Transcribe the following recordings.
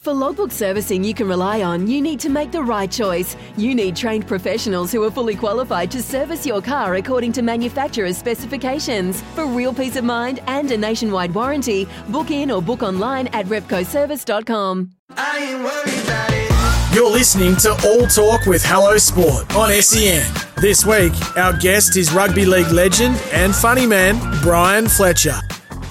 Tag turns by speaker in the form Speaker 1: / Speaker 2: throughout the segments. Speaker 1: For logbook servicing you can rely on, you need to make the right choice. You need trained professionals who are fully qualified to service your car according to manufacturer's specifications. For real peace of mind and a nationwide warranty, book in or book online at repcoservice.com.
Speaker 2: I ain't worried about it.
Speaker 3: You're listening to All Talk with Hello Sport on SEN. This week, our guest is rugby league legend and funny man, Brian Fletcher.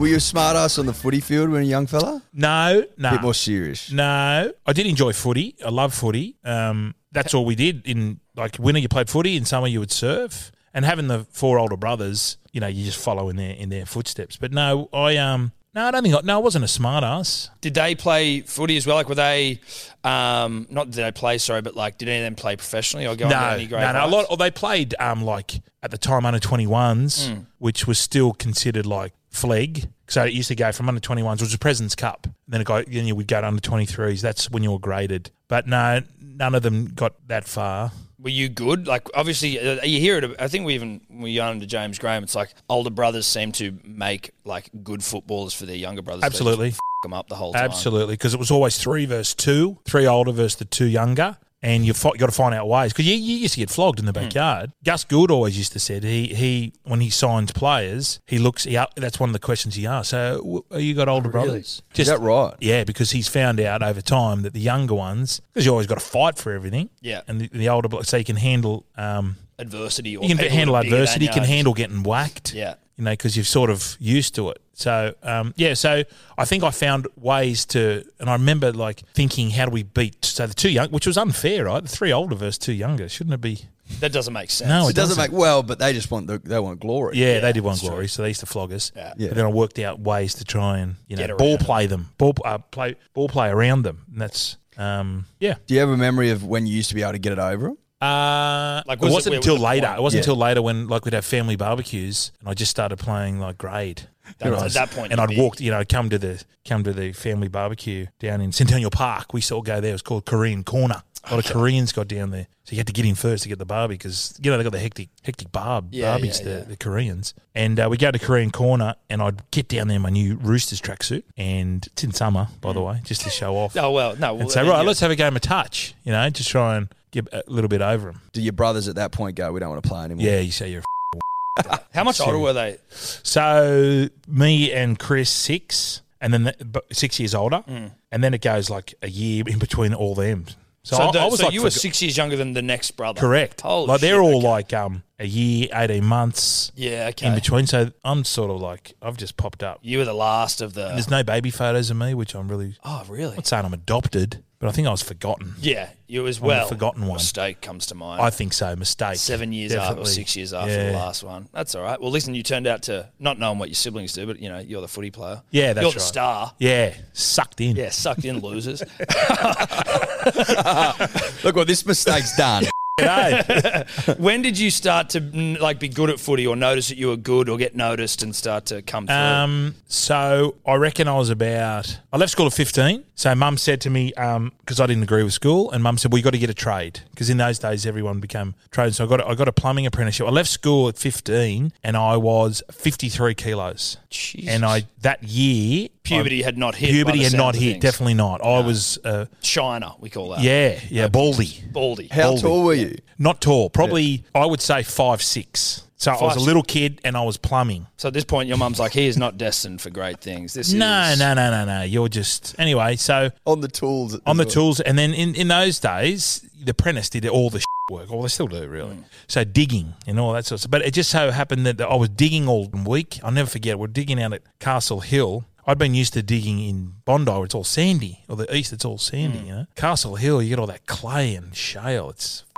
Speaker 4: Were you a smart ass on the footy field when a young fella?
Speaker 5: No, no.
Speaker 4: A bit more serious.
Speaker 5: No, I did enjoy footy. I love footy. Um, that's all we did in like winter. You played footy in summer. You would surf, and having the four older brothers, you know, you just follow in their in their footsteps. But no, I um, no, I don't think. I, no, I wasn't a smart ass.
Speaker 6: Did they play footy as well? Like, were they um, not? Did they play? Sorry, but like, did any of them play professionally or go
Speaker 5: No,
Speaker 6: under any
Speaker 5: no,
Speaker 6: grade?
Speaker 5: no. A
Speaker 6: heights?
Speaker 5: lot. Or they played um, like at the time under twenty ones,
Speaker 6: Hmm.
Speaker 5: which was still considered like flag. So it used to go from under twenty ones, which was Presidents Cup. Then it got then you would go to under twenty threes. That's when you were graded. But no, none of them got that far.
Speaker 6: were you good? Like, obviously, uh, you hear it. I think we even we yarn under James Graham. It's like older brothers seem to make like good footballers for their younger brothers.
Speaker 5: Absolutely.
Speaker 6: them up the whole time.
Speaker 5: Absolutely, because it was always three versus two, three older versus the two younger, and you fi- you got to find out ways because you, you used to get flogged in the
Speaker 6: Hmm.
Speaker 5: backyard. Gus Gould always used to said he he when he signed players, he looks he, a- that's one of the questions he asked. So w- have you got older brothers?
Speaker 4: Oh, Is that right?
Speaker 5: Yeah, because he's found out over time that the younger ones, because you always got to fight for everything.
Speaker 6: Yeah.
Speaker 5: and the, the older blo- so you can handle um
Speaker 6: Adversity. Or
Speaker 5: you can
Speaker 6: people
Speaker 5: handle
Speaker 6: that are bigger than
Speaker 5: adversity, you can
Speaker 6: are.
Speaker 5: handle getting whacked
Speaker 6: Yeah.
Speaker 5: you know, because you're sort of used to it. So, um, yeah, so I think I found ways to, and I remember like thinking, how do we beat? So the two young, which was unfair, right? The three older versus two younger, shouldn't it be?
Speaker 6: That doesn't make sense.
Speaker 5: No,
Speaker 4: It doesn't make well, but they just want the, they want glory.
Speaker 5: Yeah, they did one glory, so they used to flog us. Yeah.
Speaker 4: Yeah.
Speaker 5: But then I worked out ways to try and you know
Speaker 6: Get
Speaker 5: ball
Speaker 6: around.
Speaker 5: play them, ball uh, play ball play around them, and that's um, yeah.
Speaker 4: Do you have a memory of when you used to be able to get it over 'em?
Speaker 5: Uh, like
Speaker 6: Like, was
Speaker 5: it
Speaker 6: it
Speaker 5: wasn't
Speaker 6: where-
Speaker 5: until
Speaker 6: was the
Speaker 5: later.
Speaker 6: point?
Speaker 5: It wasn't
Speaker 4: Yeah.
Speaker 5: until later when like we'd have family barbecues, and I just started playing like grade.
Speaker 6: That was-
Speaker 5: And I
Speaker 6: at that point
Speaker 5: and I'd
Speaker 6: you'd be-
Speaker 5: walk, you know, come to the come to the family barbecue down in Centennial Park. We still go there. It was called Korean Corner. A lot of Koreans got down there, so you had to get in first to get the barbie because you know they got the hectic hectic barb
Speaker 6: Yeah,
Speaker 5: barbies
Speaker 6: yeah,
Speaker 5: the,
Speaker 6: yeah.
Speaker 5: the Koreans. And uh, we go to Korean Corner, and I'd get down there in my new Roosters tracksuit, and it's in summer,
Speaker 6: Mm.
Speaker 5: by the way, just to show off.
Speaker 6: Oh well, no. well,
Speaker 5: and say,
Speaker 6: then
Speaker 5: right,
Speaker 6: you-
Speaker 5: let's have a game of touch. You know, just try and get a little bit over them.
Speaker 4: Do your brothers at that point go, we don't want to play anymore?
Speaker 5: Yeah, you say you're. A
Speaker 6: How much older were they?
Speaker 5: so me and Chris six, and then the, but six years older,
Speaker 6: Mm.
Speaker 5: and then it goes like a year in between all them. So, I,
Speaker 6: the-
Speaker 5: I was
Speaker 6: so
Speaker 5: like,
Speaker 6: you were
Speaker 5: forgo-
Speaker 6: six years younger than the next brother.
Speaker 5: correct.
Speaker 6: Holy
Speaker 5: like they're
Speaker 6: shit,
Speaker 5: all
Speaker 6: okay.
Speaker 5: like um a year, eighteen months
Speaker 6: yeah, okay.
Speaker 5: in between. So I'm sort of like I've just popped up.
Speaker 6: You were the last of the.
Speaker 5: There's no baby photos of me, which I'm really. I'm
Speaker 6: oh really?
Speaker 5: not saying I'm adopted, but I think I was forgotten.
Speaker 6: Yeah, you as
Speaker 5: the
Speaker 6: well.
Speaker 5: forgotten one.
Speaker 6: Mistake comes to mind.
Speaker 5: I think so. Mistake.
Speaker 6: seven years after, or
Speaker 5: Definitely.
Speaker 6: six years after
Speaker 5: Yeah.
Speaker 6: the last one. That's all right. Well, listen, you turned out to not knowing what your siblings do, but you know you're the footy player.
Speaker 5: Yeah, that's
Speaker 6: you're the
Speaker 5: right.
Speaker 6: star.
Speaker 5: Yeah, sucked in.
Speaker 6: Yeah, sucked in losers.
Speaker 4: Look what this mistake's done.
Speaker 6: when did you start to mm, like be good at footy, or notice that you were good, or get noticed and start to come through?
Speaker 5: Um, so I reckon I was about. I left school at fifteen. So mum said to me, um, because I didn't agree with school, and mum said, "Well, you got to get a trade," because in those days everyone became trades. So I got I got a plumbing apprenticeship. I left school at fifteen, and I was fifty three kilos.
Speaker 6: Jesus.
Speaker 5: And I that year
Speaker 6: Puberty
Speaker 5: I-
Speaker 6: had not hit by
Speaker 5: Puberty
Speaker 6: the
Speaker 5: had
Speaker 6: sounds
Speaker 5: not
Speaker 6: of
Speaker 5: hit.
Speaker 6: things.
Speaker 5: Definitely not. I was. Uh,
Speaker 6: China, we call that.
Speaker 5: yeah, yeah, baldy.
Speaker 6: baldy.
Speaker 4: How tall were you?
Speaker 5: Not tall. Probably I would say five six. So I was a
Speaker 6: Five-
Speaker 5: little kid, and I was plumbing.
Speaker 6: So at this point, your mum's like, he is not destined for great things. This
Speaker 5: No,
Speaker 6: is
Speaker 5: no, no, no, no. You're just anyway. So
Speaker 4: On the tools. as
Speaker 5: on the
Speaker 4: well.
Speaker 5: tools. And then in, in those days, the apprentice did all the work. Well, they still do, really. So digging and all that sort of stuff. But it just so happened that I was digging all week. I'll never forget. We're digging out at Castle Hill. I'd been used to digging in Bondi where it's all sandy, or the east, it's all sandy, you know. Castle Hill, you get all that clay and shale. It's.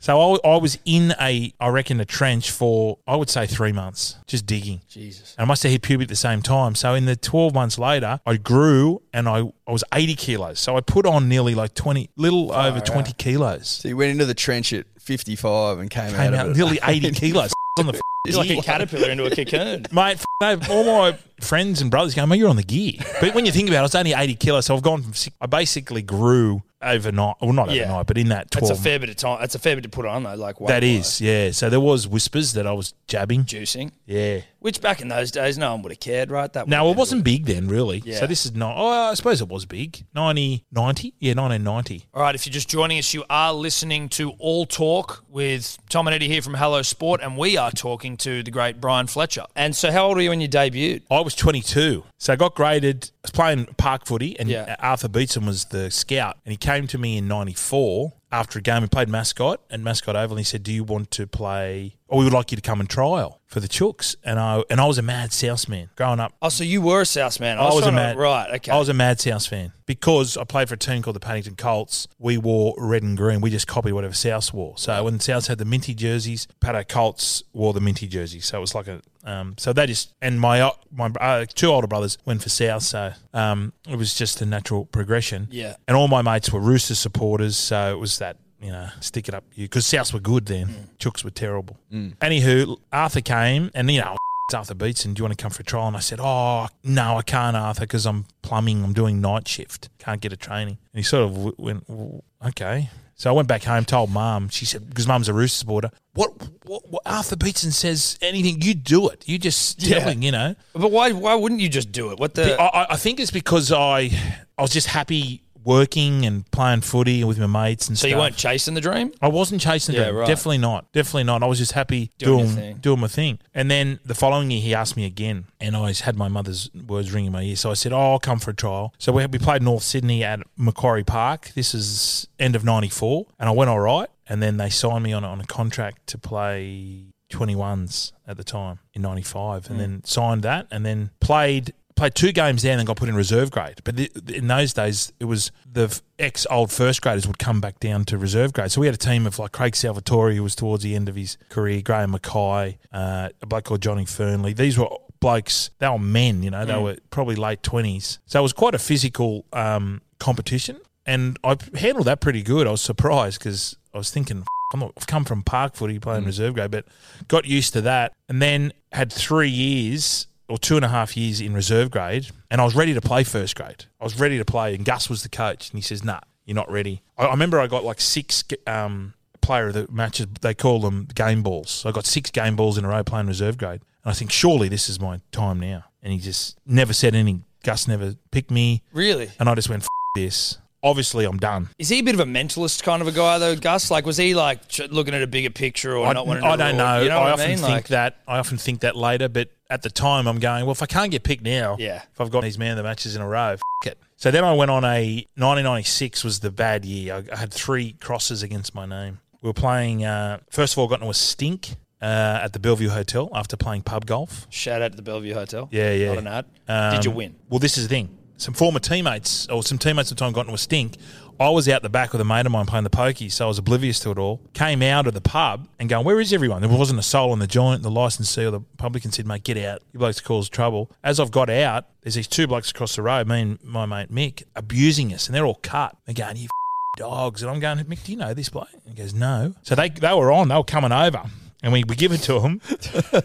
Speaker 5: So I, I was in a, I reckon, a trench for, I would say, three months, just digging.
Speaker 6: Jesus.
Speaker 5: And I must have hit puberty at the same time. So in the 12 months later, I grew and I, I was 80 kilos. So I put on nearly like 20, little
Speaker 6: Oh,
Speaker 5: over 20 kilos.
Speaker 4: So you went into the trench at 55 and came,
Speaker 5: Came
Speaker 4: out,
Speaker 5: out
Speaker 4: of it.
Speaker 5: nearly 80 kilos on the
Speaker 6: You're like a caterpillar into a cocoon.
Speaker 5: mate. f- no, all my friends and brothers going, "Mate, you're on the gear." But when you think about it, it's only eighty kilos. So I've gone from six, I basically grew overnight. Well, not
Speaker 6: Yeah.
Speaker 5: overnight, but in that twelve.
Speaker 6: That's a fair bit of time. That's a fair bit to put on though. Like
Speaker 5: that is,
Speaker 6: weight-wise.
Speaker 5: yeah. So there was whispers that I was jabbing.
Speaker 6: juicing.
Speaker 5: Yeah.
Speaker 6: Which back in those days, no one would have cared, right? That
Speaker 5: No,
Speaker 6: would've
Speaker 5: it
Speaker 6: been-
Speaker 5: wasn't big then, really.
Speaker 6: Yeah.
Speaker 5: So this is not. Oh, I suppose it was big. 90, 90? Yeah, nineteen ninety.
Speaker 7: All right, if you're just joining us, you are listening to All Talk with Tom and Eddie here from Hello Sport, and we are talking to the great Brian Fletcher.
Speaker 6: And so, how old were you when you debuted?
Speaker 5: I was 22. So I got graded. I was playing park footy, and
Speaker 6: Yeah.
Speaker 5: Arthur Beetson was the scout. And he came to me in 94 after a game. We played mascot and mascot oval. And he said, Do you want to play? Or we would like you to come and trial for the Chooks. And I, and I was a mad South man growing up.
Speaker 6: Oh, so you were a South man.
Speaker 5: I
Speaker 6: I was,
Speaker 5: was, a
Speaker 6: trying to-
Speaker 5: mad
Speaker 6: right. Okay.
Speaker 5: I was a mad South fan because I played for a team called the Paddington Colts. We wore red and green. We just copied whatever South wore. So when the Souths had the minty jerseys, Paddo Colts wore the minty jerseys. So it was like a um, so that is and my o- my uh, two older brothers went for South. So um, it was just a natural progression.
Speaker 6: Yeah.
Speaker 5: And all my mates were Rooster supporters, so it was that. You know, stick it up you because Souths were good then.
Speaker 6: Mm.
Speaker 5: Chooks were terrible. Anywho, Arthur came and you know it's Arthur Beats and do you want to come for a trial? And I said, oh, no, I can't, Arthur, because I'm plumbing. I'm doing night shift. Can't get a training. And he sort of w- went, "W- okay. So I went back home, told mum. She said, because mum's a Rooster supporter, what, what, what Arthur Beatson says, anything, you do it. You just
Speaker 6: Yeah.
Speaker 5: telling, you know.
Speaker 6: but why? Why wouldn't you just do it? What the?
Speaker 5: I- I, I think it's because I I was just happy working and playing footy with my mates and
Speaker 6: so
Speaker 5: stuff.
Speaker 6: you weren't chasing the dream?
Speaker 5: I wasn't chasing
Speaker 6: Yeah,
Speaker 5: them.
Speaker 6: right.
Speaker 5: Definitely not. Definitely not. I was just happy
Speaker 6: Doing your
Speaker 5: doing
Speaker 6: thing.
Speaker 5: doing, my thing. And then the following year, he asked me again, and I had my mother's words ringing in my ear. So I said, "Oh, I'll come for a trial." So we, we played North Sydney at Macquarie Park. This is end of '94, and I went all right. And then they signed me on on a contract to play 21s at the time in '95, and then signed that, and then played. Played two games there and then got put in reserve grade. But th in those days, it was the ex old first graders would come back down to reserve grade. So we had a team of like Craig Salvatore, who was towards the end of his career, Graham Mackay, uh, a bloke called Johnny Fernley. These were blokes, they were men, you know, they were probably late 20s. So it was quite a physical um, competition. And I handled that pretty good. I was surprised because I was thinking, I'm not, I've come from park footy playing reserve grade, but got used to that. And then had three years or two and a half years in reserve grade, and I was ready to play first grade. I was ready to play, and Gus was the coach, and he says, "Nah, you're not ready." I, I remember I got like six um, player of the matches. They call them game balls. So I got six game balls in a row playing reserve grade, and I think surely this is my time now. And he just never said anything. Gus never picked me,
Speaker 6: Really?
Speaker 5: and I just went F- this. Obviously, I'm done.
Speaker 6: Is he a bit of a mentalist kind of a guy though, Gus? Like, was he like ch- looking at a bigger picture or
Speaker 5: I,
Speaker 6: not wanting? to
Speaker 5: I don't
Speaker 6: or-
Speaker 5: know.
Speaker 6: You know
Speaker 5: I
Speaker 6: what
Speaker 5: often
Speaker 6: I mean?
Speaker 5: think
Speaker 6: like,
Speaker 5: that. I often think that later, but at the time, I'm going. Well, if I can't get picked now,
Speaker 6: Yeah.
Speaker 5: If I've got these man of the matches in a row, f- it. So then I went on a 1996 was the bad year. I, I had three crosses against my name. We were playing. Uh, first of all, got into a stink uh, at the Bellevue Hotel after playing pub golf.
Speaker 6: Shout out to the Bellevue Hotel.
Speaker 5: Yeah, yeah. Um,
Speaker 6: Not an ad. Did you win?
Speaker 5: Well, this is the thing. Some former teammates or some teammates at the time got into a stink. I was out the back with a mate of mine playing the pokies, so I was oblivious to it all. Came out of the pub and going, Where is everyone? There wasn't a soul on the joint. The licensee or the publican said, Mate, get out. You blokes caused trouble. As I've got out, there's these two blokes across the road, me and my mate Mick, abusing us, and they're all cut. They're going, You dogs. And I'm going, Mick, do you know this bloke? And he goes, no. So they, they were on, they were coming over. And we, we give it to them.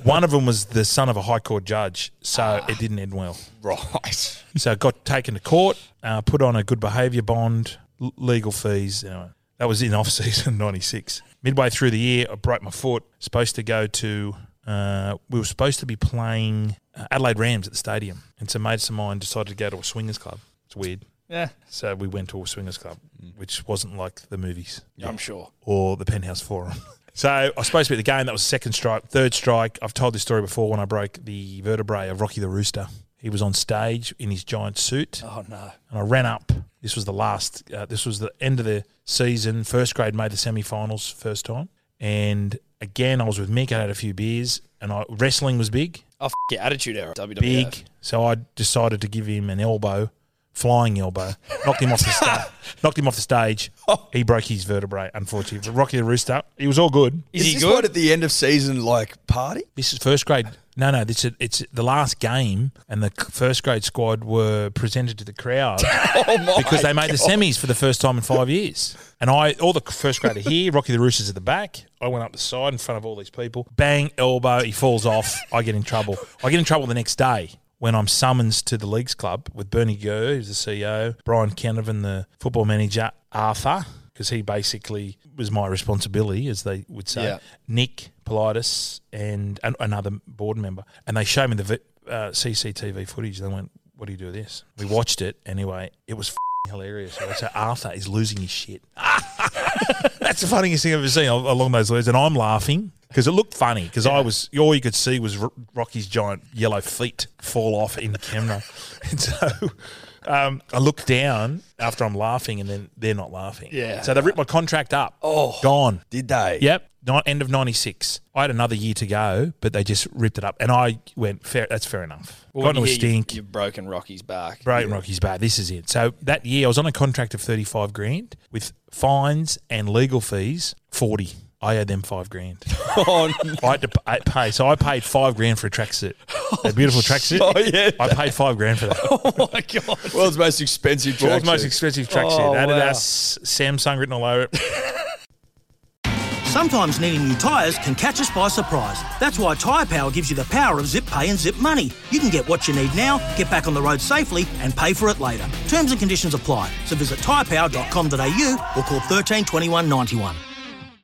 Speaker 5: One of them was the son of a high court judge, so it didn't end well.
Speaker 4: Right.
Speaker 5: So it got taken to court, uh, put on a good behaviour bond, l- legal fees. Anyway, that was in off season '96. Midway through the year, I broke my foot. Supposed to go to. Uh, we were supposed to be playing uh, Adelaide Rams at the stadium, and some mates of mine decided to go to a swingers club. It's weird.
Speaker 6: Yeah,
Speaker 5: So we went to a swingers club, which wasn't like the movies
Speaker 6: I'm sure.
Speaker 5: or the penthouse forum. So I was supposed to be at the game. That was second strike, third strike. I've told this story before when I broke the vertebrae of Rocky the Rooster. He was on stage in his giant suit,
Speaker 6: Oh no.
Speaker 5: and I ran up. This was the last. Uh, this was the end of the season. First grade made the semi-finals first time, and again I was with Mick. I had a few beers, and I, wrestling was big,
Speaker 6: Oh, f- your attitude error. WWF.
Speaker 5: big. So I decided to give him an elbow, flying elbow, knocked him off the sta- knocked him off the stage. He broke his vertebrae. Unfortunately, Rocky the Rooster. He was all good.
Speaker 6: Is, he
Speaker 4: this
Speaker 6: good?
Speaker 4: what at the end of season like party?
Speaker 5: This is first grade. No, no, this is, it's the last game, and the c- first grade squad were presented to the crowd because they made the semis for the first time in five years. And I, all the first grade are here, Rocky the Roosters at the back. I went up the side in front of all these people. Bang, elbow, he falls off. I get in trouble. I get in trouble the next day. when I'm summoned to the leagues club with Bernie Gurr, who's the CEO, Brian Canavan, the football manager, Arthur, because he basically was my responsibility, as they would say,
Speaker 6: Yeah.
Speaker 5: Nick Politis, and an, another board member. And they showed me the vi- uh, CCTV footage. They went, What do you do with this? We watched it anyway. It was f***ing hilarious. I said, Arthur is losing his shit. That's the funniest thing I've ever seen al- along those lines. And I'm laughing because it looked funny because I was, all you could see was R- Rocky's giant yellow feet fall off in the camera. and so um, I look down after I'm laughing and then they're not laughing.
Speaker 6: Yeah.
Speaker 5: So they ripped my contract up. Oh. Gone.
Speaker 4: Did they?
Speaker 5: Yep. Ni- End of 96. I had another year to go, but they just ripped it up. And I went, fair, that's fair enough.
Speaker 6: Well,
Speaker 5: Got
Speaker 6: when
Speaker 5: into a
Speaker 6: you hear you-
Speaker 5: stink.
Speaker 6: You've broken Rocky's back.
Speaker 5: Brighton Rockies bad. This is it. So that year I was on a contract of 35 grand with fines and legal fees 40. I owed them five grand.
Speaker 4: Oh,
Speaker 5: I had to p- I pay. So I paid five grand for a tracksuit. A beautiful tracksuit.
Speaker 4: Oh, yeah.
Speaker 5: I paid five grand for that.
Speaker 6: Oh my god.
Speaker 4: world's most expensive tracksuit.
Speaker 5: World's most expensive tracksuit.
Speaker 4: Oh,
Speaker 5: Adidas, Samsung written all over it.
Speaker 8: Sometimes needing new tyres can catch us by surprise. That's why Tyre Power gives you the power of zip pay and zip money. You can get what you need now, get back on the road safely, and pay for it later. Terms and conditions apply. So visit tyrepower.com.au or call 13 21 91.